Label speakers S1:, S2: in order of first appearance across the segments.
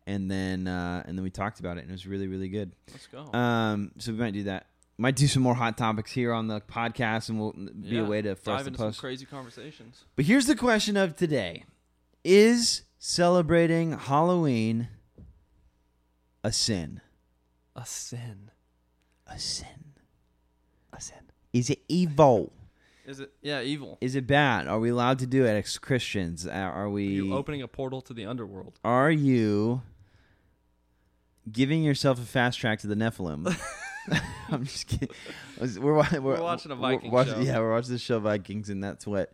S1: and then uh, and then we talked about it, and it was really really good.
S2: Let's go.
S1: Um, so we might do that. Might do some more hot topics here on the podcast, and we'll be
S2: Yeah,
S1: a way to for us
S2: Dive
S1: to
S2: into
S1: post.
S2: some crazy conversations.
S1: But here's the question of today Is celebrating Halloween a sin?
S2: A sin.
S1: A sin.
S2: A sin.
S1: Is it evil?
S2: Is it? Yeah, evil.
S1: Is it bad? Are we allowed to do it as Christians? Uh, Are we.
S2: You opening a portal to the underworld.
S1: are you giving yourself a fast track to the Nephilim? I'm just kidding. I was- We're, wa- we're,
S2: We're watching a Viking
S1: watching-
S2: show.
S1: Yeah, we're watching the show Vikings, and that's what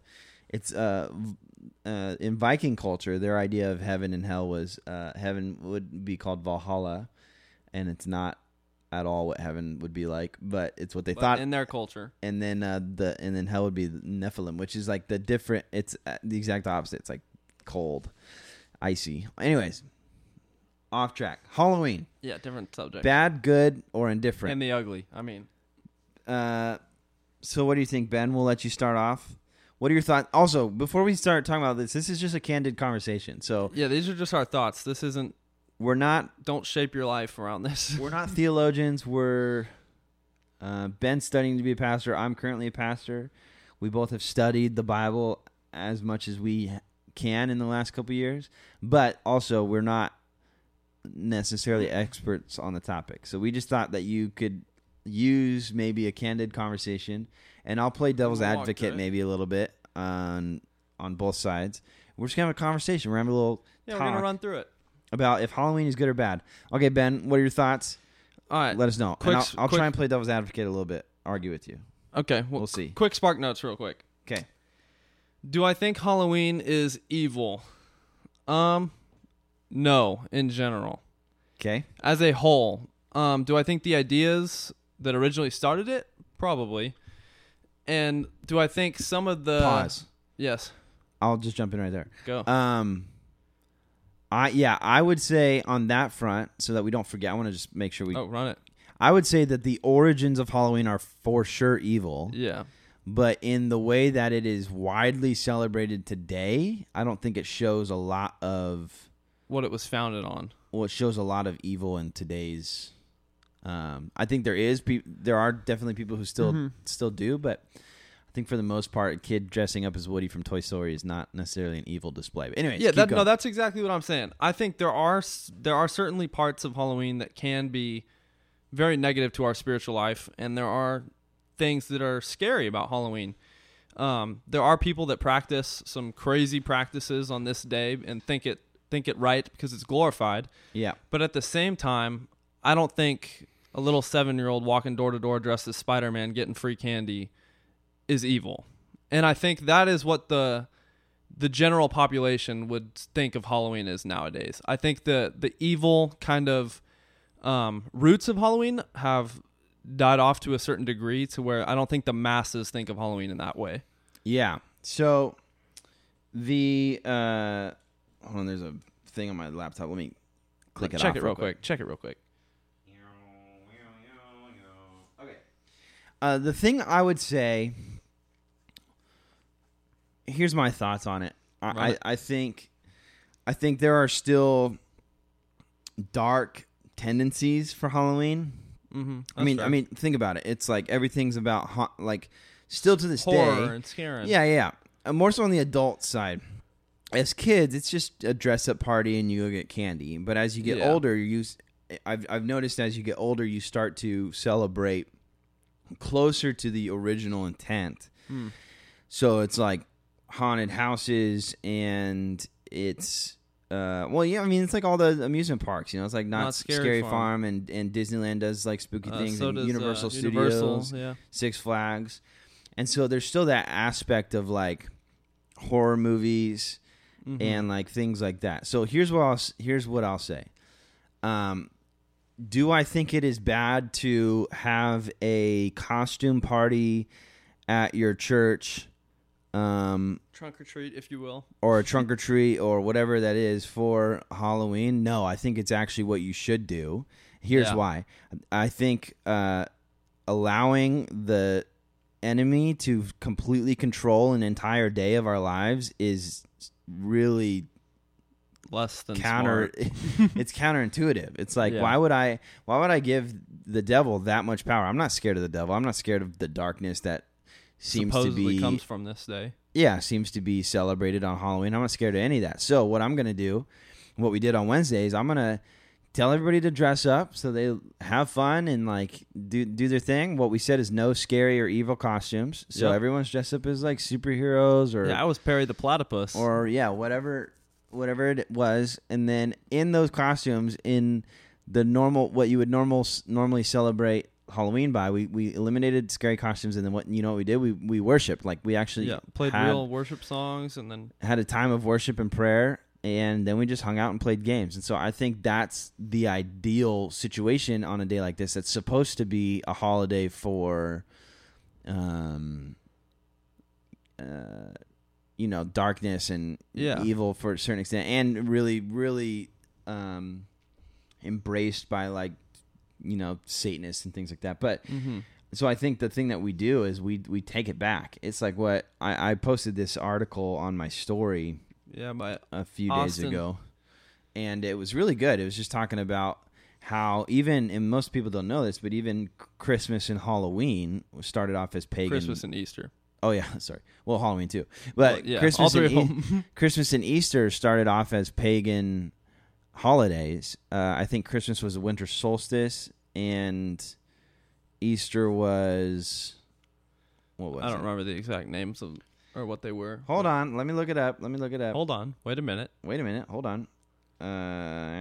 S1: it's. Uh, v- uh, in Viking culture, their idea of heaven and hell was uh, heaven would be called Valhalla, and it's not at all what heaven would be like, but it's what they
S2: But
S1: thought
S2: in their culture.
S1: and then uh, the and then hell would be Nephilim, which is like the different. It's uh, the exact opposite. It's like cold, icy. Anyways, off track. Halloween,
S2: Yeah, different subject.
S1: bad, good, or indifferent.
S2: and the ugly. I mean,
S1: Uh, so what do you think, Ben? We'll let you start off. What are your thoughts? Also, before we start talking about this, this is just a candid conversation, so
S2: yeah, these are just our thoughts. This isn't.
S1: we're not
S2: Don't shape your life around this.
S1: we're not theologians. We're uh, Ben's studying to be a pastor. I'm currently a pastor. We both have studied the Bible as much as we can in the last couple years, but also we're not necessarily experts on the topic. So we just thought that you could use maybe a candid conversation, and I'll play devil's
S2: Walk
S1: advocate
S2: through it.
S1: maybe a little bit on on both sides. We're just gonna have a conversation. We're gonna have a little
S2: Yeah, we're gonna
S1: talk
S2: run through it.
S1: about if Halloween is good or bad. Okay, Ben, what are your thoughts?
S2: All right.
S1: Let us know. And
S2: Quick-
S1: I'll, I'll
S2: quick-
S1: try and play devil's advocate a little bit, argue with you.
S2: Okay. Well,
S1: We'll see.
S2: quick spark notes, real quick.
S1: Okay.
S2: Do I think Halloween is evil? Um, no. In general,
S1: Okay.
S2: as a whole, um, do I think the ideas that originally started it? Probably. And do I think some of the
S1: Pause.
S2: Yes.
S1: I'll just jump in right there.
S2: Go.
S1: Um, I yeah, I would say on that front, so that we don't forget. I want to just make sure we.
S2: oh, run it.
S1: I would say that the origins of Halloween are for sure evil,
S2: Yeah.
S1: but in the way that it is widely celebrated today, I don't think it shows a lot of
S2: What it was founded on.
S1: well, it shows a lot of evil in today's. Um, I think there is pe- there are definitely people who still
S2: Mhm.
S1: still do, but I think for the most part, a kid dressing up as Woody from Toy Story is not necessarily an evil display. But anyways,
S2: Yeah,
S1: keep
S2: that,
S1: going.
S2: no, that's exactly what I'm saying. I think there are s- there are certainly parts of Halloween that can be very negative to our spiritual life, and there are things that are scary about Halloween. Um, there are people that practice some crazy practices on this day and think it think it right because it's glorified.
S1: yeah,
S2: But at the same time, I don't think a little seven year old walking door to door dressed as Spider Man getting free candy is evil. And I think that is what the the general population would think of Halloween is nowadays. I think the the evil kind of um, roots of Halloween have died off to a certain degree to where I don't think the masses think of Halloween in that way.
S1: yeah. So the uh, hold on, there's a thing on my laptop. Let me click it.
S2: Check
S1: off
S2: it real quick. Check it real quick.
S1: Uh, the thing I would say, here's my thoughts on it.
S2: Run
S1: I, I,
S2: it.
S1: I think, I think there are still dark tendencies for Halloween.
S2: Mm-hmm.
S1: I mean, I mean, think about it. It's like everything's about ha- like still to this
S2: horror
S1: day.
S2: and scaring.
S1: Yeah, yeah. Uh, more so on the adult side. As kids, it's just a dress up party and you go get candy. But as you get
S2: Yeah.
S1: older, you s- I've I've noticed as you get older, you start to celebrate closer to the original intent.
S2: Hmm.
S1: So it's like haunted houses and it's uh well yeah I mean it's like all the amusement parks you know it's like not,
S2: Not
S1: scary,
S2: Scary
S1: farm.
S2: Farm.
S1: and and Disneyland does like spooky
S2: Uh,
S1: things
S2: so
S1: and
S2: does, uh,
S1: Universal Studios
S2: Universal, yeah.
S1: Six Flags. And so there's still that aspect of like horror movies and like things like that. So here's what I'll s- here's what I'll say. Um do I think it is bad to have a costume party at your church um
S2: Trunk or treat, if you will.
S1: or a trunk or treat or whatever that is for Halloween. No, I think it's actually what you should do. Here's
S2: Yeah.
S1: why. I think uh, allowing the enemy to completely control an entire day of our lives is really
S2: less than
S1: counter it's counterintuitive it's like
S2: Yeah.
S1: why would i why would i give the devil that much power i'm not scared of the devil i'm not scared of the darkness that seems to
S2: supposedly
S1: be
S2: comes from this day.
S1: yeah, seems to be celebrated on Halloween. I'm not scared of any of that. So what I'm gonna do, what we did on Wednesday is I'm gonna tell everybody to dress up so they have fun and like do do their thing. What we said is no scary or evil costumes. So
S2: Yep.
S1: everyone's dressed up as like superheroes or
S2: Yeah, I was Perry the platypus.
S1: or yeah, whatever whatever it was. And then in those costumes, in the normal what you would normal normally celebrate Halloween by, we we eliminated scary costumes and then what you know what we did? We we worshipped. Like we actually
S2: yeah, played
S1: had-
S2: real worship songs and then
S1: had a time of worship and prayer and then we just hung out and played games and so i think that's the ideal situation on a day like this that's supposed to be a holiday for um uh you know darkness and
S2: Yeah.
S1: evil for a certain extent and really really um embraced by like you know satanists and things like that but
S2: Mm-hmm.
S1: so I think the thing that we do is we we take it back. It's like what I, I posted this article on my story
S2: yeah, my
S1: a few
S2: Austin.
S1: days ago, and it was really good. It was just talking about how even and most people don't know this, but even Christmas and Halloween started off as pagan.
S2: Christmas and Easter.
S1: Oh yeah, sorry. Well, Halloween too, but
S2: Well, yeah, all
S1: Christmas
S2: three
S1: and
S2: of
S1: E- Christmas and Easter started off as pagan holidays. Uh, I think Christmas was the winter solstice, and Easter was what was
S2: I
S1: it?
S2: don't remember the exact names of or what they were.
S1: Hold on, let me look it up. Let me look it up.
S2: Hold on. Wait a minute.
S1: Wait a minute, hold on. Uh,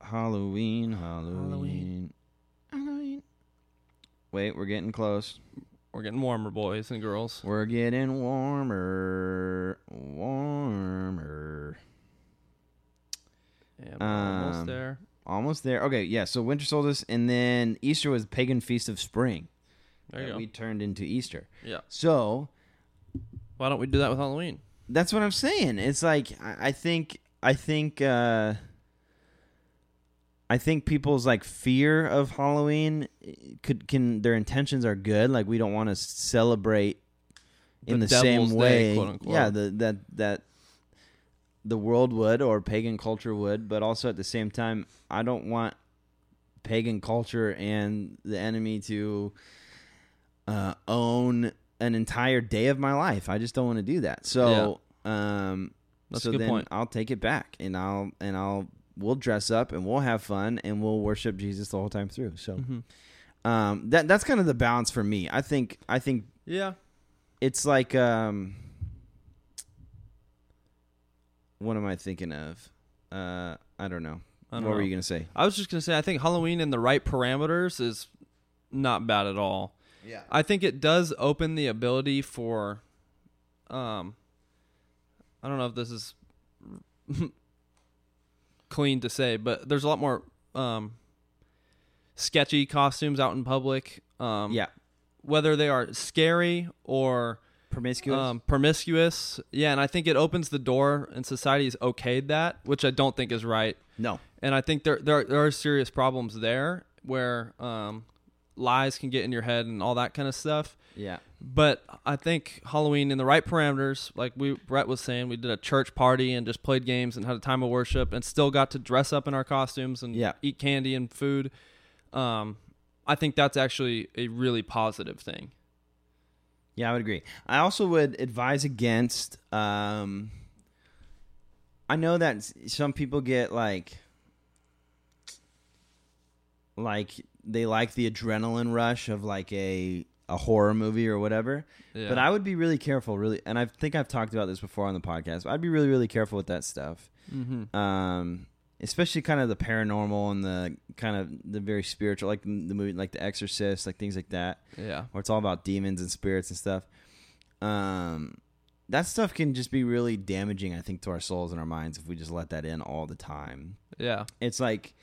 S1: Halloween, Halloween, Halloween. Wait, we're getting close.
S2: We're getting warmer, boys and girls.
S1: We're getting warmer, warmer.
S2: And we're almost
S1: Um,
S2: there.
S1: Almost there. Okay, yeah. So winter solstice, and then Easter was pagan feast of spring.
S2: There
S1: that
S2: you go.
S1: We turned into Easter.
S2: yeah.
S1: So
S2: Why don't we do that with Halloween?
S1: that's what I'm saying. It's like I, I think I think uh, I think people's like fear of Halloween eh, could can their intentions are good. Like we don't want to celebrate in
S2: The
S1: the same
S2: Devil's Day,
S1: way.
S2: quote unquote.
S1: Yeah, the, that that the world would or pagan culture would, but also at the same time, I don't want pagan culture and the enemy to uh, own an entire day of my life. I just don't want to do that. So, um,
S2: That's
S1: so
S2: a good
S1: then
S2: point.
S1: I'll take it back and I'll and I'll we'll dress up and we'll have fun and we'll worship Jesus the whole time through. So,
S2: Mhm.
S1: um, that that's kind of the balance for me. I think I think
S2: Yeah.
S1: it's like um what am I thinking of? Uh I don't know.
S2: I don't
S1: what were
S2: know.
S1: you gonna say?
S2: I was just gonna say, I think Halloween in the right parameters is not bad at all.
S1: Yeah.
S2: I think it does open the ability for, um, I don't know if this is clean to say, but there's a lot more um, sketchy costumes out in public. Um,
S1: Yeah.
S2: whether they are scary or
S1: Promiscuous.
S2: um, promiscuous, yeah, and I think it opens the door, and society's okayed that, which I don't think is right
S1: no.
S2: and I think there there are, there are serious problems there where um, lies can get in your head and all that kind of stuff.
S1: Yeah.
S2: But I think Halloween in the right parameters, like we Brett was saying, we did a church party and just played games and had a time of worship and still got to dress up in our costumes and
S1: Yeah.
S2: eat candy and food. Um, I think that's actually a really positive thing.
S1: Yeah, I would agree. I also would advise against. Um, I know that s- some people get like, like they like the adrenaline rush of like a a horror movie or whatever.
S2: Yeah.
S1: But I would be really careful, really, and I think I've talked about this before on the podcast. But I'd be really, really careful with that stuff,
S2: mm-hmm.
S1: um, especially kind of the paranormal and the kind of the very spiritual, like m- the movie, like The Exorcist, like things like that
S2: yeah,
S1: where it's all about demons and spirits and stuff. Um, that stuff can just be really damaging, I think, to our souls and our minds if we just let that in all the time.
S2: yeah,
S1: It's like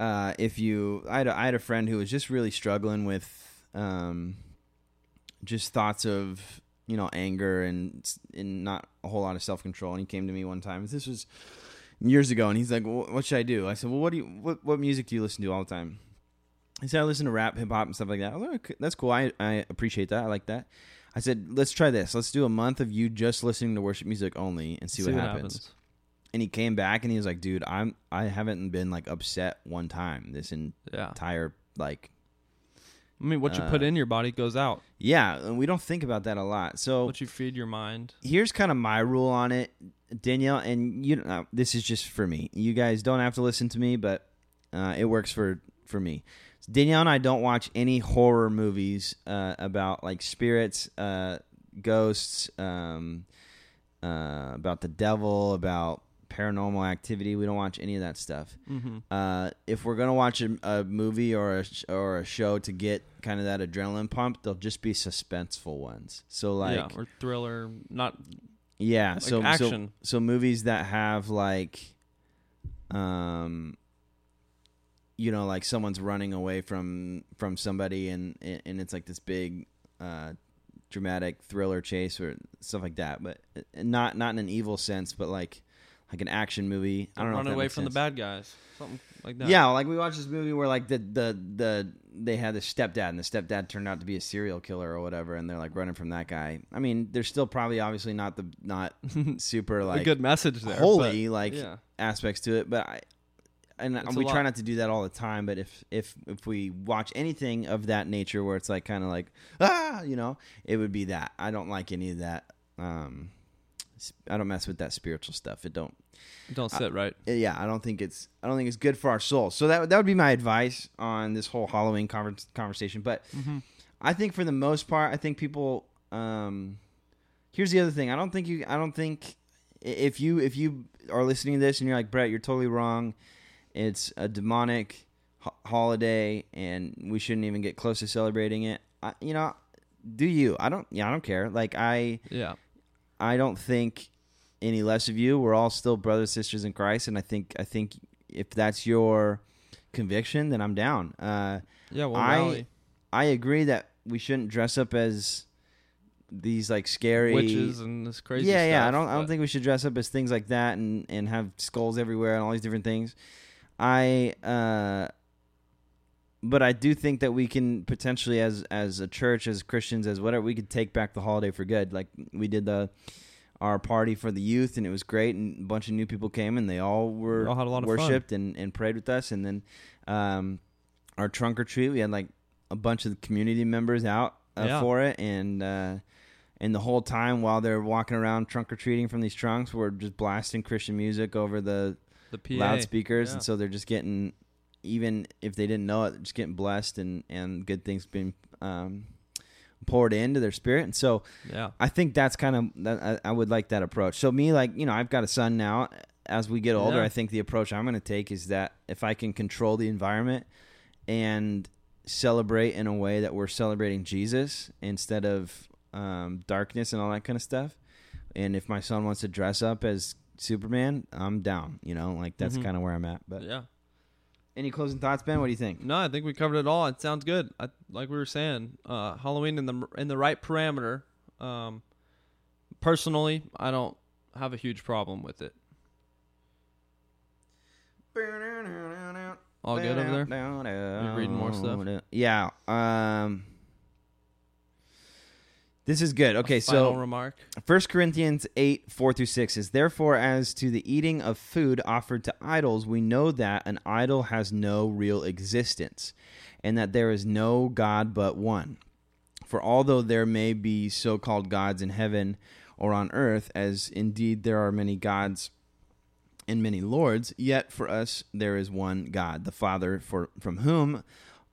S1: uh, if you, I had, a, I had a friend who was just really struggling with um, just thoughts of you know anger and and not a whole lot of self control. And he came to me one time. This was years ago, and he's like, "Wh- "What should I do?" I said, "Well, what do you what what music do you listen to all the time?" He said, "I listen to rap, hip hop, and stuff like that." I was like, "Okay, that's cool. I I appreciate that. I like that." I said, "Let's try this. Let's do a month of you just listening to worship music only and see, what, happens and he came back and he was like, "Dude, I'm I haven't been like upset one time this
S2: Yeah,
S1: entire like
S2: I mean, what you put
S1: Uh,
S2: in your body goes out.
S1: yeah." And we don't think about that a lot. So
S2: What you feed your mind.
S1: here's kind of my rule on it, Danielle, and you. Uh, this is just for me. You guys don't have to listen to me, but uh, it works for for me. Danielle and I don't watch any horror movies uh, about like spirits, uh, ghosts, um, uh, about the devil, about paranormal activity. We don't watch any of that stuff.
S2: Mm-hmm.
S1: uh, if we're gonna watch a, a movie or a sh- or a show to get kind of that adrenaline pump, they'll just be suspenseful ones. So like,
S2: yeah,
S1: yeah,
S2: or thriller, not like
S1: so so
S2: action.
S1: so movies that have like, um, you know, like someone's running away from from somebody, and and it's like this big, uh, dramatic thriller chase or stuff like that, but uh, not not in an evil sense, but like like an action movie. I don't know. if
S2: run
S1: that
S2: away
S1: makes
S2: from
S1: sense.
S2: the bad guys. Something like that.
S1: Yeah, like we watched this movie where like the the the they had this stepdad and the stepdad turned out to be a serial killer or whatever, and they're like running from that guy. I mean, they're still probably obviously not the not super
S2: a
S1: like
S2: good message there.
S1: holy
S2: but-
S1: like
S2: yeah,
S1: aspects to it, but I and
S2: It's a
S1: we try
S2: lot.
S1: not to do that all the time. But if if if we watch anything of that nature where it's like kind of like ah, you know, it would be that. I don't like any of that. Um, sp- I don't mess with that spiritual stuff. It don't
S2: don't sit right.
S1: uh, yeah, I don't think it's I don't think it's good for our souls. So that that would be my advice on this whole Halloween conver- conversation. But I think for the most part, I think people. Um, here's the other thing. I don't think you. I don't think i- if you if you are listening to this and you're like Brett, you're totally wrong. It's a demonic ho- holiday, and we shouldn't even get close to celebrating it. I, you know, do you? I don't. Yeah, I don't care. Like I.
S2: Yeah,
S1: I don't think any less of you. We're all still brothers sisters in Christ, and I think I think if that's your conviction, then I'm down. Uh,
S2: yeah. Well,
S1: I
S2: rally.
S1: I agree that we shouldn't dress up as these like scary
S2: witches and this crazy.
S1: yeah, yeah. I
S2: stuff,
S1: don't. I don't
S2: but-
S1: think we should dress up as things like that and and have skulls everywhere and all these different things. I uh but I do think that we can potentially as as a church, as Christians, as whatever, we could take back the holiday for good. Like we did the our party for the youth and it was great and a bunch of new people came and they all were
S2: We all had a lot of fun.
S1: worshiped and, and prayed with us and then um our trunk or treat we had like a bunch of community members out uh,
S2: Yeah.
S1: for it and uh and the whole time while they're walking around trunk or treating from these trunks, we're just blasting Christian music over the
S2: The PA.
S1: loudspeakers,
S2: yeah.
S1: and so they're just getting, even if they didn't know it, they're just getting blessed and and good things being um, poured into their spirit. And so
S2: Yeah.
S1: I think that's kind of that I, I would like that approach. So me, like you know, I've got a son now. As we get older,
S2: Yeah.
S1: I think the approach I'm going to take is that if I can control the environment and celebrate in a way that we're celebrating Jesus instead of um, darkness and all that kind of stuff, and if my son wants to dress up as Superman, I'm down. You know, like that's
S2: Mhm.
S1: kind of where I'm at. But
S2: Yeah.
S1: any closing thoughts, Ben? What do you think?
S2: No, I think we covered it all. It sounds good. I, like we were saying, uh, Halloween in the in the right parameter. Um, personally, I don't have a huge problem with it. All good over there.
S1: You're
S2: reading more stuff?
S1: Yeah. Um, this is good. Okay,
S2: Final
S1: so
S2: remark.
S1: First Corinthians 8, 4 through 6 is therefore as to the eating of food offered to idols, we know that an idol has no real existence, and that there is no God but one. For although there may be so called gods in heaven or on earth, as indeed there are many gods and many lords, yet for us there is one God, the Father, for, from whom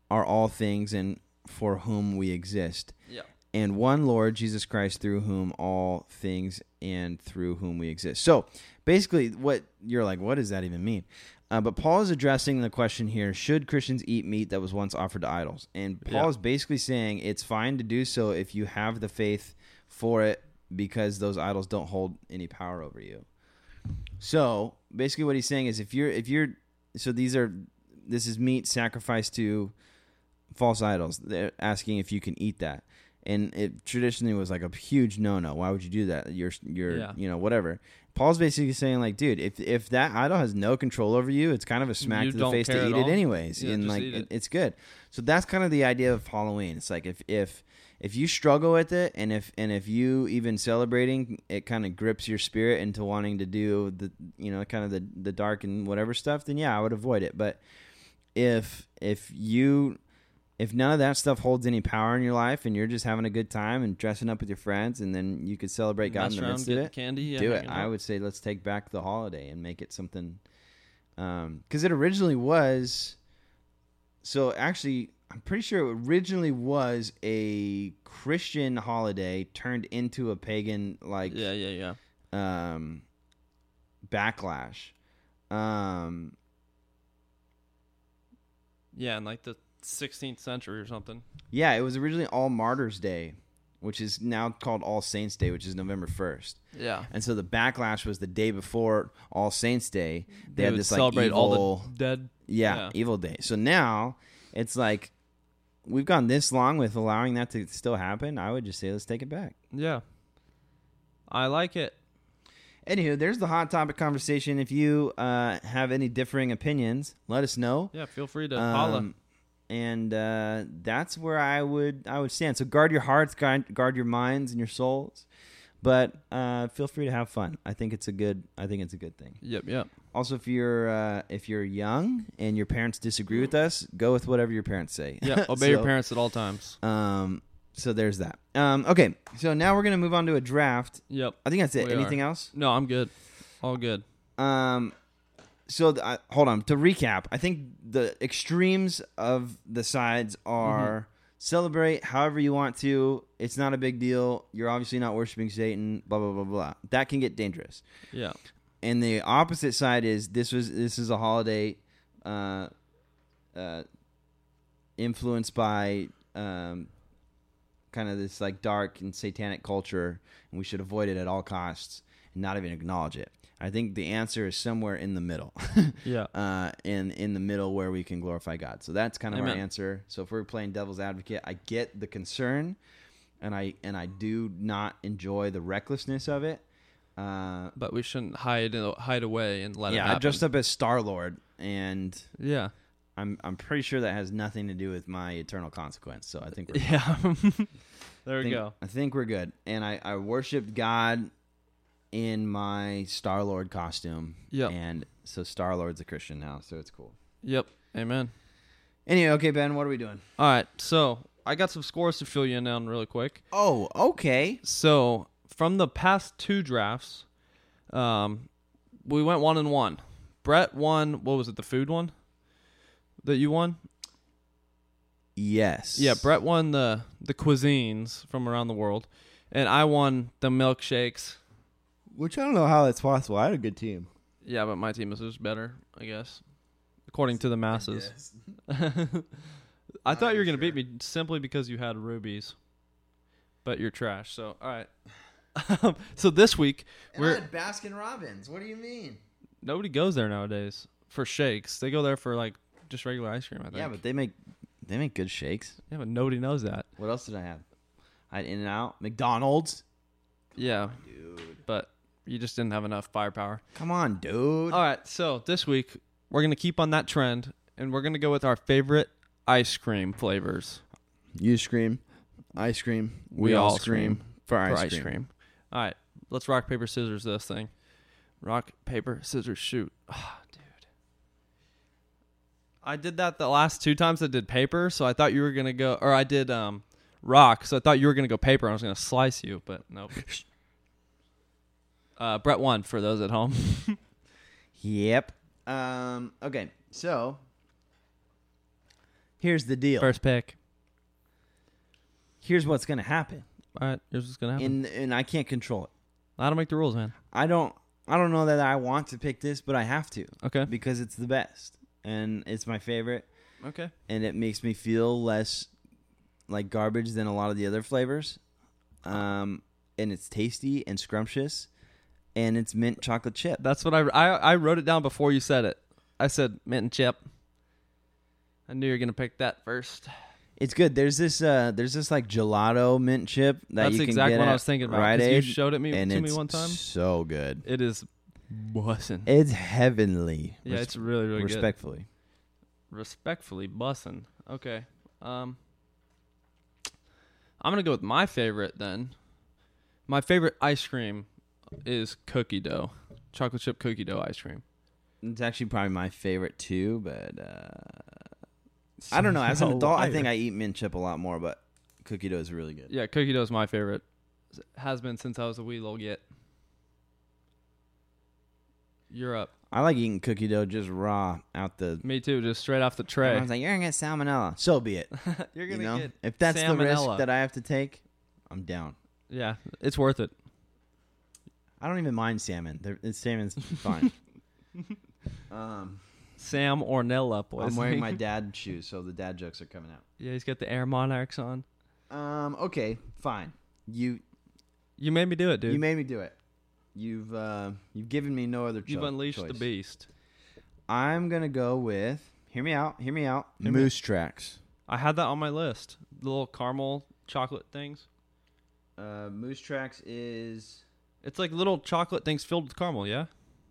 S1: are all things and for whom we exist,
S2: Yeah.
S1: and one Lord, Jesus Christ, through whom all things and through whom we exist. So basically, what you're like, what does that even mean? Uh, but Paul is addressing the question here should Christians eat meat that was once offered to idols? And Paul
S2: Yeah.
S1: is basically saying it's fine to do so if you have the faith for it because those idols don't hold any power over you. So basically, what he's saying is if you're if you're so these are this is meat sacrificed to false idols. They're asking if you can eat that, and it traditionally was like a huge no no. Why would you do that? You're you're
S2: Yeah.
S1: you know whatever. Paul's basically saying like, dude, if if that idol has no control over you, it's kind of a smack
S2: You
S1: to the
S2: don't
S1: face
S2: care
S1: to
S2: at
S1: eat
S2: all?
S1: it anyways,
S2: Yeah,
S1: and
S2: just
S1: like
S2: eat
S1: it-
S2: it.
S1: it's good. So that's kind of the idea of Halloween. It's like if if if you struggle with it, and if and if you even celebrating, it kind of grips your spirit into wanting to do the you know kind of the the dark and whatever stuff. Then yeah, I would avoid it. But if if you if none of that stuff holds any power in your life, and you're just having a good time and dressing up with your friends, and then you could celebrate God
S2: Mess
S1: in the
S2: around,
S1: midst of
S2: get
S1: it,
S2: Candy. Yeah,
S1: do it.
S2: hanging
S1: I
S2: out.
S1: would say let's take back the holiday and make it something. Because it originally was. So actually, I'm pretty sure it originally was a Christian holiday turned into a pagan like
S2: yeah, yeah, yeah.
S1: um, backlash. Um,
S2: Yeah, in like the 16th century or something.
S1: yeah, it was originally All Martyrs Day, which is now called All Saints Day, which is November first.
S2: Yeah.
S1: And so the backlash was the day before All Saints Day. They, had
S2: would
S1: this like
S2: celebrate
S1: evil,
S2: all the dead.
S1: Yeah,
S2: Yeah.
S1: Evil Day. So now it's like we've gone this long with allowing that to still happen. I would just say let's take it back.
S2: Yeah. I like it.
S1: Anywho, there's the hot topic conversation. If you uh, have any differing opinions, let us know.
S2: Yeah, feel free to holla.
S1: Um, and uh, that's where I would I would stand. So guard your hearts, guard, guard your minds and your souls. But uh, feel free to have fun. I think it's a good I think it's a good thing.
S2: Yep, yep.
S1: Also, if you're uh, if you're young and your parents disagree with us, go with whatever your parents say.
S2: Yeah, obey your
S1: So-
S2: parents at all times.
S1: Um, so there's that. Um, okay, so now we're gonna move on to a draft.
S2: Yep.
S1: I think that's it.
S2: We are.
S1: Anything else?
S2: No, I'm good. All good.
S1: Um, so th- I, hold on to recap. I think the extremes of the sides
S2: Mm-hmm.
S1: are celebrate however you want to. It's not a big deal. You're obviously not worshiping Satan. Blah blah blah blah. That can get dangerous.
S2: Yeah.
S1: and the opposite side is this was this is a holiday uh uh influenced by um kind of this like dark and satanic culture and we should avoid it at all costs and not even acknowledge it i think the answer is somewhere in the middle
S2: Yeah.
S1: uh in in the middle where we can glorify god so that's kind of our
S2: Amen.
S1: answer so if we're playing devil's advocate i get the concern and i and i do not enjoy the recklessness of it uh
S2: But we shouldn't hide hide away and let it
S1: yeah, I
S2: happen.
S1: dressed up as Star Lord and
S2: Yeah.
S1: I'm I'm pretty sure that has nothing to do with my eternal consequence. So I think we're
S2: Yeah. there
S1: I
S2: we
S1: think,
S2: go.
S1: I think we're good. And I I worshipped God in my Star Lord costume.
S2: Yep.
S1: And so Star Lord's a Christian now, so it's cool.
S2: Yep. Amen.
S1: Anyway, okay, Ben, what are we doing?
S2: All right. So I got some scores to fill you in on really quick.
S1: Oh, okay.
S2: So from the past two drafts, um, we went one and one. Brett won. What was it? The food one that you won.
S1: Yes.
S2: Yeah, Brett won the the cuisines from around the world, and I won the milkshakes.
S3: Which I don't know how that's possible. I had a good team.
S2: Yeah, but my team is just better, I guess, according to the masses. I thought you were gonna beat me simply because you had rubies, but you're trash. So all right. so this week we're
S1: Baskin Robbins. What do you mean?
S2: nobody goes there nowadays for shakes. They go there for like just regular ice cream. I think.
S1: Yeah, but they make they make good shakes.
S2: yeah, but nobody knows that.
S1: What else did I have? I had In and Out, McDonald's.
S2: yeah, But you just didn't have enough firepower.
S1: Come on, dude.
S2: All right, so this week we're gonna keep on that trend, and we're gonna go with our favorite ice cream flavors
S3: You scream, I scream, we, all, scream, for,
S2: for
S3: ice,
S2: ice
S3: cream.
S2: cream. All right, let's rock paper scissors this thing. Rock paper scissors shoot. Ah, dude, I did that the last two times I did paper, so I thought you were gonna go, or I did um rock, so I thought you were gonna go paper. and I was gonna slice you, but nope. Uh, Brett won for those at home.
S1: Yep. Um. Okay. So here's the deal.
S2: First pick.
S1: Here's what's gonna happen,
S2: All right, here's what's gonna happen.
S1: and and I can't control it.
S2: I don't make the rules, man.
S1: I don't. I don't know that I want to pick this, but I have to
S2: Okay.
S1: because it's the best and it's my favorite,
S2: Okay.
S1: and it makes me feel less like garbage than a lot of the other flavors. Um, and it's tasty and scrumptious, and it's mint chocolate chip.
S2: That's what I, I I wrote it down before you said it. I said mint and chip. I knew you were gonna pick that first.
S1: It's good. There's this uh there's this like gelato mint chip that
S2: That's
S1: you can
S2: exactly
S1: get
S2: what I
S1: at
S2: was thinking about, 'cause
S1: Rite
S2: you
S1: Aid,
S2: showed it me-
S1: and
S2: to me
S1: it's
S2: one time.
S1: So good.
S2: It is bussin.
S1: It's heavenly.
S2: yeah,
S1: Res-
S2: it's really really good.
S1: respectfully.
S2: Respectfully bussin. Okay. Um, I'm gonna go with my favorite then. My favorite ice cream is cookie dough, chocolate chip cookie dough ice cream.
S1: It's actually probably my favorite too, but uh I don't know. As an
S2: So
S1: adult, I
S2: liar.
S1: think I eat mint chip a lot more, but cookie dough is really good.
S2: Yeah, cookie dough is my favorite. Has been since I was a wee little git. You're up.
S1: I like eating cookie dough just raw out the
S2: Me too, just straight off the
S1: I
S2: tray.
S1: was like, you're gonna get salmonella. So be it.
S2: You're
S1: You
S2: gonna
S1: know,
S2: get
S1: if that's the risk
S2: salmonella.
S1: that I have to take, I'm down.
S2: yeah, it's worth it.
S1: I don't even mind salmon. They're, it's- salmon's fine. um,
S2: Sam Ornella, boys.
S1: I'm wearing my dad shoes, so the dad jokes are coming out.
S2: yeah, he's got the Air Monarchs on.
S1: Um, okay, fine. You
S2: You made me do it, dude.
S1: you made me do it. You've uh, you've given me no other.
S2: You've
S1: cho-
S2: unleashed the
S1: choice.
S2: beast.
S1: I'm gonna go with. Hear me out. Hear me out.
S3: Moose tracks.
S2: I had that on my list. The little caramel chocolate things.
S1: Uh, Moose tracks is
S2: It's like little chocolate things filled with caramel. Yeah.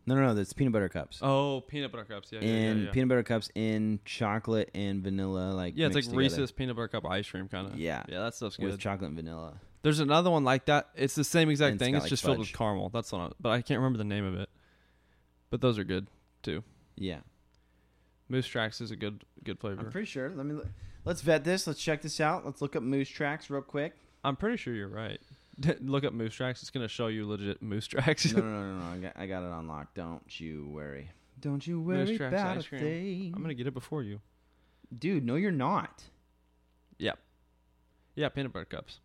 S1: no, no, no. That's peanut butter cups.
S2: Oh, peanut butter cups. Yeah, yeah, yeah.
S1: and
S2: Yeah,
S1: peanut butter cups in chocolate and vanilla, like
S2: yeah it's like
S1: mixed together
S2: Reese's peanut butter cup ice cream kind of.
S1: Yeah.
S2: Yeah, that stuff's
S1: with
S2: good.
S1: chocolate and vanilla.
S2: There's another one like that. It's the same exact
S1: And it's
S2: thing.
S1: got,
S2: It's
S1: like,
S2: just filled with
S1: fudge.
S2: caramel. That's on it. But I can't remember the name of it. But those are good too.
S1: Yeah,
S2: Moose Tracks is a good good flavor.
S1: I'm pretty sure. Let me look- let's vet this. Let's check this out. Let's look up Moose tracks real quick.
S2: I'm pretty sure you're right. Look up Moose Tracks. It's gonna show you legit Moose Tracks.
S1: no, no, no, no, no. I got, I got it on lock. Don't you worry. Don't you worry
S2: Tracks
S1: about a
S2: ice cream.
S1: thing.
S2: I'm gonna get it before you.
S1: Dude, no, you're not.
S2: Yep. Yeah, peanut butter cups.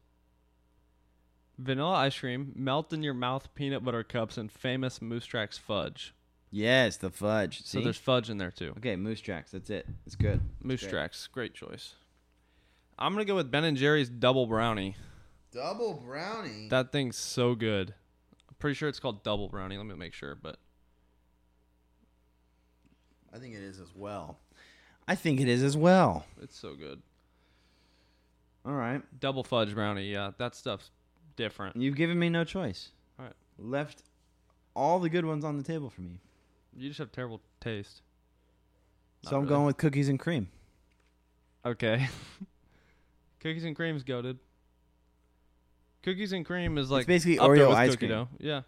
S2: Vanilla ice cream, melt in your mouth peanut butter cups, and famous Moose Tracks fudge.
S1: Yes, the fudge.
S2: So there's fudge in there too.
S1: okay, Moose Tracks. That's it. It's good.
S2: Moose
S1: great.
S2: Tracks, great choice. I'm gonna go with Ben and Jerry's double brownie.
S3: Double brownie.
S2: That thing's so good. I'm pretty sure it's called double brownie. Let me make sure, but
S3: I think it is as well.
S1: I think it is as well.
S2: it's so good.
S1: All right,
S2: Double fudge brownie. Yeah, that stuff's different.
S1: you've given me no choice.
S2: All right.
S1: left all the good ones on the table for me.
S2: You just have terrible taste.
S1: so I'm
S2: really.
S1: going with cookies and cream.
S2: Okay. Cookies and cream's goaded. Cookies and cream is like
S1: basically
S2: up there
S1: Oreo
S2: with
S1: ice
S2: cookie
S1: cream.
S2: dough. Yeah.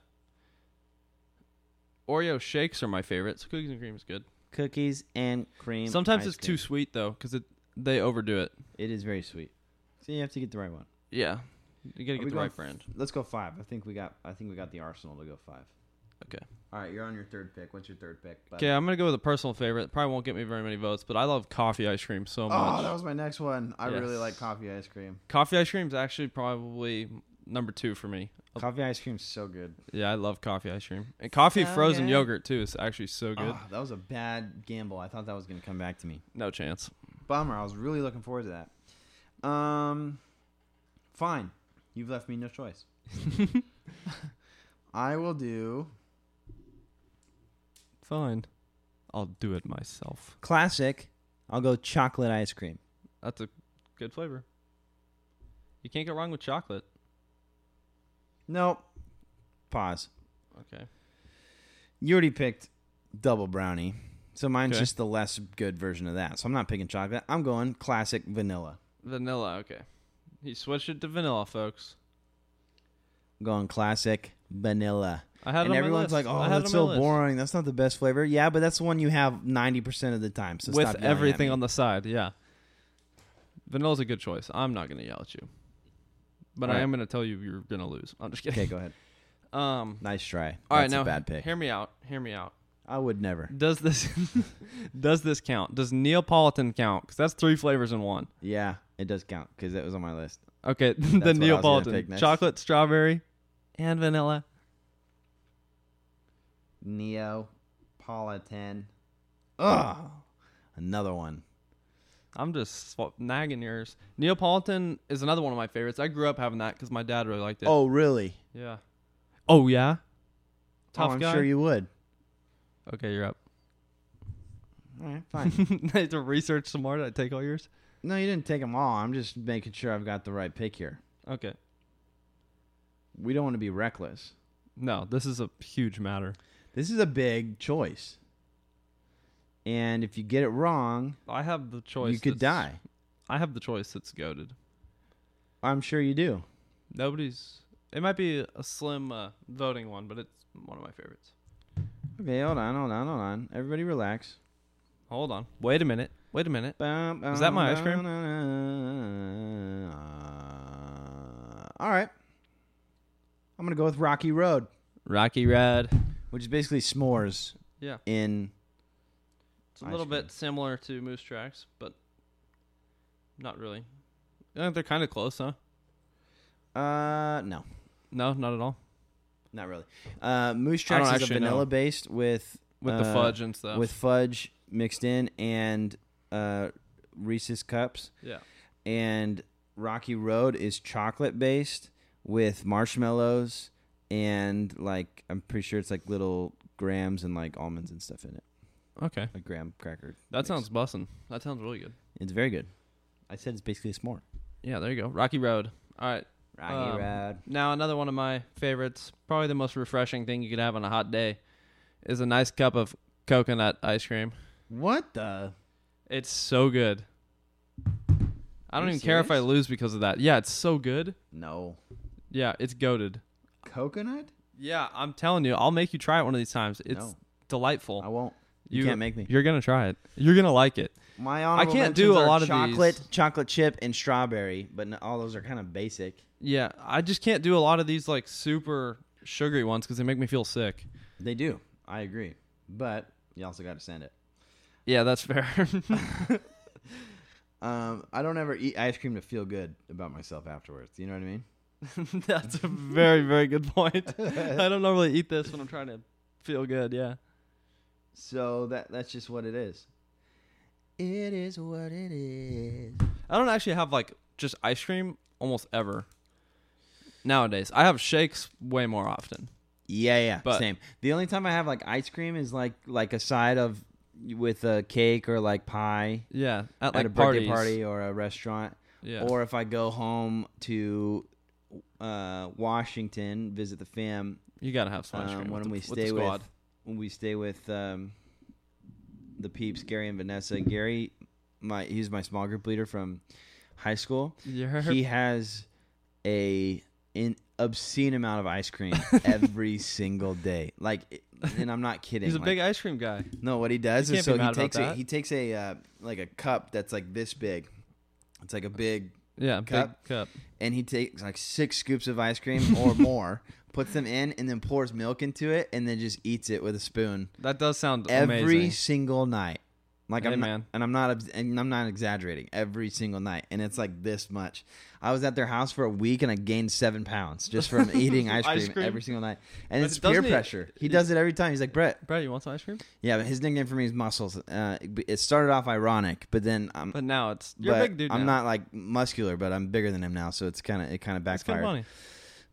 S2: Oreo shakes are my favorite. So cookies and cream is good.
S1: Cookies and cream.
S2: Sometimes
S1: ice
S2: it's
S1: cream.
S2: too sweet though, because it they overdo it.
S1: It is very sweet. So you have to get the right one.
S2: Yeah. You gotta
S1: Are
S2: get
S1: we
S2: the
S1: going
S2: right
S1: f-
S2: brand.
S1: Let's go five. I think we got. I think we got the Arsenal to go five.
S2: Okay.
S1: All right, you're on your third pick. What's your third pick? bud?
S2: Okay, I'm gonna go with a personal favorite. Probably won't get me very many votes, but I love coffee ice cream so much.
S3: Oh, that was my next one. I really
S2: Yes.
S3: like coffee ice cream.
S2: coffee ice cream is actually probably number two for me.
S1: Coffee ice cream's so good.
S2: Yeah, I love coffee ice cream and coffee
S1: So
S2: frozen
S1: good.
S2: yogurt too is actually so good.
S1: Ah, that was a bad gamble. I thought that was going to come back to me.
S2: No chance.
S1: Bummer. I was really looking forward to that. Um, fine. You've left me no choice.
S3: I will do.
S2: Fine. I'll do it myself.
S1: Classic. I'll go chocolate ice cream.
S2: That's a good flavor. You can't go wrong with chocolate.
S1: Nope. Pause.
S2: Okay.
S1: You already picked double brownie, so mine's
S2: Okay.
S1: just the less good version of that. So I'm not picking chocolate. I'm going classic vanilla.
S2: Vanilla, okay. He switched it to vanilla, folks.
S1: I'm going classic vanilla.
S2: I had it
S1: and
S2: on my
S1: everyone's like,
S2: list. I
S1: "Oh,
S2: had it
S1: that's
S2: on
S1: so
S2: my list."
S1: boring. That's not the best flavor." Yeah, but that's the one you have ninety percent of the time. So
S2: With everything on the side, yeah. Vanilla's a good choice. I'm not gonna yell at you. But I
S1: Alright.
S2: am gonna tell you you're gonna lose. I'm just kidding.
S1: Okay, go ahead.
S2: Um
S1: Nice try.
S2: all right
S1: That's
S2: now
S1: a bad pick.
S2: hear me out. Hear me out.
S1: I would never.
S2: Does this does this count? Does Neapolitan count? Because that's three flavors in one.
S1: Yeah, it does count because that was on my list.
S2: Okay,
S1: what I
S2: the
S1: was gonna pick
S2: Neapolitan
S1: next.
S2: chocolate, strawberry, and vanilla.
S1: Neapolitan. Ugh, another one.
S2: I'm just sw- nagging yours. Neapolitan is another one of my favorites. I grew up having that because my dad really liked it.
S1: Oh, really?
S2: yeah. Oh yeah. Tough
S1: oh, I'm
S2: guy.
S1: sure you would.
S2: okay, you're up.
S1: All right, fine.
S2: I had to research some more. Did I take all yours?
S1: no, you didn't take them all. I'm just making sure I've got the right pick here.
S2: Okay.
S1: We don't want to be reckless.
S2: No, this is a huge matter.
S1: This is a big choice, and if you get it wrong,
S2: I have the choice.
S1: you could
S2: that's-
S1: die.
S2: I have the choice that's goaded.
S1: I'm sure you do.
S2: Nobody's. It might be a slim uh, voting one, but it's one of my favorites.
S1: Okay, hold on, hold on, hold on. Everybody relax.
S2: Hold on. Wait a minute. Wait a minute.
S1: Bum,
S2: Is that my ice cream?
S1: bum, uh, all right. I'm going to go with Rocky Road,
S2: Rocky Red.
S1: which is basically s'mores
S2: Yeah.
S1: in.
S2: It's a
S1: Ice
S2: little
S1: cream.
S2: bit similar to Moose Tracks, but not really. Uh, they're kind of close, huh?
S1: Uh, no,
S2: No, not at all.
S1: not really. Uh, Moose Tracks
S2: don't
S1: is a
S2: actually know.
S1: vanilla based with.
S2: With
S1: uh,
S2: the fudge and stuff.
S1: With fudge mixed in and uh, Reese's cups.
S2: yeah.
S1: And Rocky Road is chocolate based with marshmallows and like, I'm pretty sure it's like little grams and like almonds and stuff in it.
S2: Okay.
S1: a graham cracker.
S2: That
S1: mix.
S2: sounds bussin'. That sounds really good.
S1: It's very good. I said it's basically a s'more.
S2: Yeah, there you go. Rocky Road. All right.
S1: Rocky
S2: Um,
S1: Road.
S2: Now, another one of my favorites, probably the most refreshing thing you could have on a hot day, is a nice cup of coconut ice cream.
S1: What the?
S2: It's so good. I
S1: Are
S2: don't
S1: you
S2: even care if I
S1: serious?
S2: lose because of that. Yeah, it's so good.
S1: No.
S2: Yeah, it's goaded.
S1: Coconut?
S2: Yeah, I'm telling you, I'll make you try it one of these times. It's
S1: No.
S2: delightful.
S1: I won't. You, can't make me.
S2: You're gonna try it. You're gonna like it.
S1: My honorable
S2: I can't do
S1: mentions
S2: a
S1: are
S2: lot of
S1: chocolate,
S2: these.
S1: chocolate chip, and strawberry, but no, all those are kind of basic.
S2: Yeah, I just can't do a lot of these like super sugary ones because they make me feel sick.
S1: They do. I agree. But you also got to send it.
S2: Yeah, that's fair.
S1: Um, I don't ever eat ice cream to feel good about myself afterwards. You know what I mean?
S2: that's a very very good point. I don't normally eat this when I'm trying to feel good. Yeah.
S1: So that that's just what it is. It is what it is.
S2: I don't actually have like just ice cream almost ever. Nowadays, I have shakes way more often.
S1: Yeah, yeah,
S2: But-
S1: same. The only time I have like ice cream is like like a side of with a cake or like pie
S2: Yeah, at
S1: at
S2: like
S1: a
S2: parties.
S1: birthday party or a restaurant,
S2: Yeah.
S1: or if I go home to uh, Washington visit the fam
S2: you gotta have some ice
S1: um,
S2: cream
S1: when
S2: with
S1: we
S2: the- with the
S1: stay with,
S2: squad.
S1: when we stay with um, the peeps, Gary and Vanessa. Gary, my he's my small group leader from high school.
S2: You're-
S1: He has a an obscene amount of ice cream every single day. Like, it- and I'm not kidding.
S2: he's a
S1: like,
S2: big ice cream guy.
S1: No, what he does
S2: You
S1: is
S2: can't be
S1: so
S2: mad
S1: he
S2: about
S1: takes a,
S2: that.
S1: he takes a uh, like a cup that's like this big. It's like a big,
S2: Yeah,
S1: Cup?
S2: big cup.
S1: and he takes like six scoops of ice cream or more, puts them in, and then pours milk into it, and then just eats it with a spoon
S2: That does sound
S1: every
S2: amazing.
S1: single night. Like
S2: Hey,
S1: I'm not,
S2: man.
S1: and I'm not, obs- and I'm not exaggerating. Every single night, and it's like this much. I was at their house for a week, and I gained seven pounds just from eating ice cream,
S2: Ice cream?
S1: every single night. And
S2: But
S1: it's
S2: doesn't
S1: peer
S2: he-
S1: pressure. He does it every time. He's like Brett.
S2: Brad, you want some ice cream?
S1: Yeah, but his nickname for me is Muscles. Uh, it started off ironic, but then I'm,
S2: But now it's you're a
S1: but
S2: big dude.
S1: I'm
S2: now.
S1: not like muscular, but I'm bigger than him now, so it's kind of it kind of
S2: It's kind
S1: backfired
S2: of funny.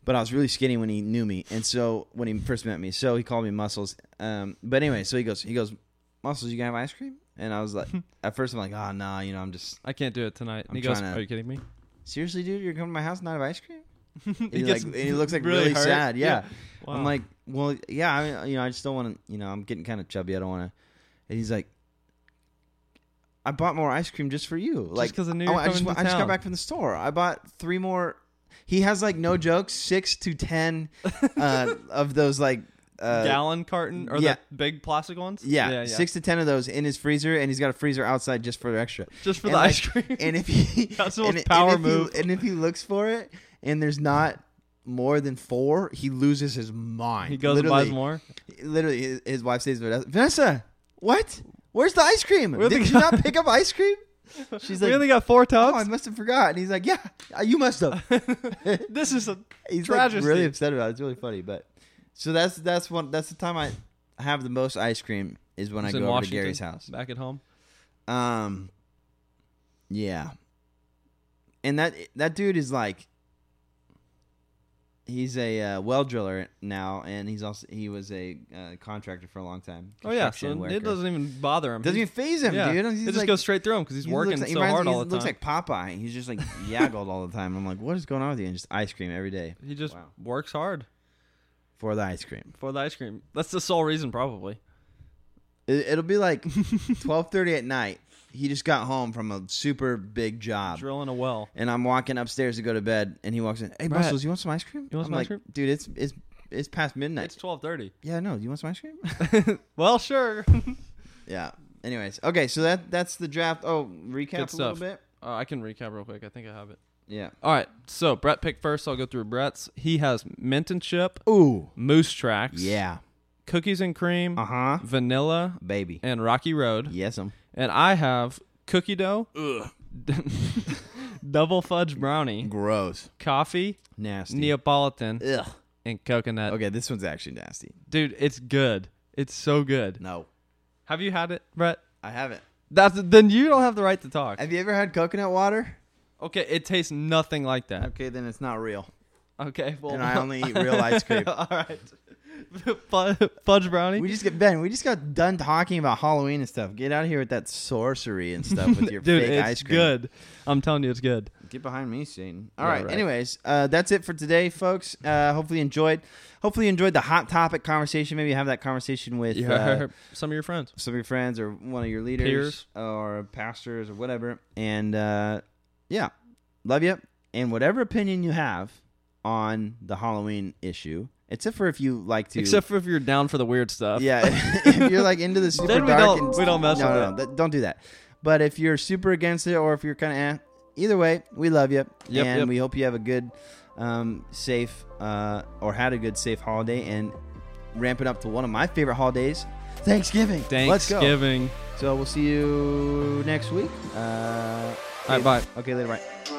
S1: but I was really skinny when he knew me, and so when he first met me, so he called me Muscles. Um, but anyway, so he goes, he goes, Muscles, you gonna have ice cream? And I was like, at first I'm like, oh, nah, you know, I'm just
S2: I can't do it tonight.
S1: I'm
S2: And he goes,
S1: trying to-
S2: "Are you kidding me?"
S1: seriously, dude, you're coming to my house and not have ice cream. And he,
S2: gets
S1: like, and he looks like
S2: really
S1: really,
S2: hurt.
S1: sad. Yeah,
S2: Wow.
S1: I'm like, well, yeah, I mean, you know, I just don't want to, you know, I'm getting kind of chubby. I don't want to. And he's like, I bought more ice cream just for you, like
S2: 'cause I knew you
S1: oh,
S2: were
S1: I just,
S2: coming to
S1: I just got
S2: town.
S1: back from the store. I bought three more. He has like no jokes, six to ten uh, of those like uh,
S2: gallon carton or
S1: yeah.
S2: the big plastic ones.
S1: Yeah, six to ten of those in his freezer, and he's got a freezer outside just for extra.
S2: just for
S1: and
S2: the
S1: like-
S2: ice cream.
S1: And if he
S2: That's the
S1: and
S2: most
S1: if-
S2: power
S1: and if he-
S2: move.
S1: and if he looks for it, and there's not more than four, he loses his mind.
S2: he goes
S1: literally,
S2: and buys more.
S1: Literally, his, his wife says, "Vanessa- "Vanessa, what? Where's the ice cream?
S2: Where the
S1: Did you
S2: guy-
S1: not pick up ice cream?" She's
S2: we
S1: like,
S2: only got four
S1: "Oh, I
S2: tubs.
S1: must have forgot." And he's like, "Yeah, uh, you must have."
S2: this is a
S1: he's
S2: Tragedy.
S1: like really upset about it. It's really funny, but so that's that's one that's the time I have the most ice cream is when
S2: It's
S1: I
S2: in
S1: go over to
S2: Washington,
S1: Gary's house.
S2: back at home.
S1: Um, yeah, and that that dude is like, he's a uh, well driller now, and he's also he was a uh, contractor for a long time.
S2: Oh yeah, so
S1: construction worker.
S2: it doesn't even bother him.
S1: doesn't
S2: He's-
S1: even phase him,
S2: yeah,
S1: dude. He's
S2: it just
S1: like-
S2: goes straight through him because he's
S1: he
S2: working
S1: looks like- he
S2: so
S1: reminds-
S2: hard
S1: he
S2: all the time.
S1: looks like Popeye. He's just like yaggled all the time. I'm like, what is going on with you? And just ice cream every day
S2: he just
S1: Wow.
S2: works hard
S1: for the ice cream.
S2: for the ice cream. That's the sole reason, probably.
S1: It, it'll be like twelve thirty at night. He just got home from a super big job,
S2: Drilling a well.
S1: and I'm walking upstairs to go to bed, and he walks in. Hey,
S2: Brett,
S1: Muscles, you want some ice cream?
S2: you want
S1: I'm
S2: some ice
S1: like,
S2: cream?
S1: dude? It's it's it's past midnight.
S2: It's twelve thirty.
S1: yeah, no. Do you want some ice cream?
S2: Well, sure.
S1: yeah. Anyways, okay. So that that's the draft. Oh, recap
S2: Good
S1: a little
S2: stuff.
S1: bit.
S2: Uh, I can recap real quick. I think I have it.
S1: Yeah.
S2: All right. So Brett picked first. I'll go through Brett's. He has mint and chip,
S1: Ooh.
S2: moose tracks,
S1: Yeah.
S2: cookies and cream,
S1: Uh huh.
S2: vanilla,
S1: Baby.
S2: and rocky road.
S1: Yes, um.
S2: And I have cookie dough, double fudge brownie,
S3: Gross.
S2: coffee,
S1: Nasty.
S2: Neapolitan,
S1: Ugh.
S2: and coconut.
S1: Okay, this one's actually nasty.
S2: Dude, it's good. It's so good.
S1: No,
S2: Have you had it, Brett?
S1: I haven't.
S2: That's then you don't have the right to talk.
S1: Have you ever had coconut water?
S2: Okay, it tastes nothing like that.
S1: Okay, then it's not real.
S2: Okay, well,
S1: And I only eat real ice cream.
S2: all right. Fu- Fudge brownie.
S1: We just get Ben. We just got done talking about Halloween and stuff. Get out of here with that sorcery and stuff with your
S2: Dude,
S1: fake
S2: it's
S1: ice cream.
S2: good. I'm telling you, it's good.
S1: Get behind me, Satan. All
S2: Yeah,
S1: right.
S2: right.
S1: Anyways, uh, that's it for today, folks. Uh, hopefully you enjoyed. Hopefully you enjoyed the hot topic conversation. Maybe have that conversation with uh,
S2: some of your friends.
S1: some of your friends or one of your leaders
S2: Peers.
S1: or pastors or whatever. And uh, yeah, love you. And whatever opinion you have on the Halloween issue, except for if you like to
S2: Except for if you're down for the weird stuff.
S1: Yeah, if you're like into the super
S2: Then we
S1: dark,
S2: don't-
S1: and-
S2: we don't mess
S1: no,
S2: with
S1: no, no, that- don't do that. But if you're super against it, or if you're kind of, eh, either way, we love you,
S2: Yep,
S1: and
S2: yep.
S1: we hope you have a good, um, safe, uh, or had a good safe holiday, and ramping up to one of my favorite holidays, Thanksgiving. Let's go.
S2: Thanksgiving.
S1: So we'll see you next week. Uh,
S2: All right, bye.
S1: Okay, later. Bye.
S4: Thank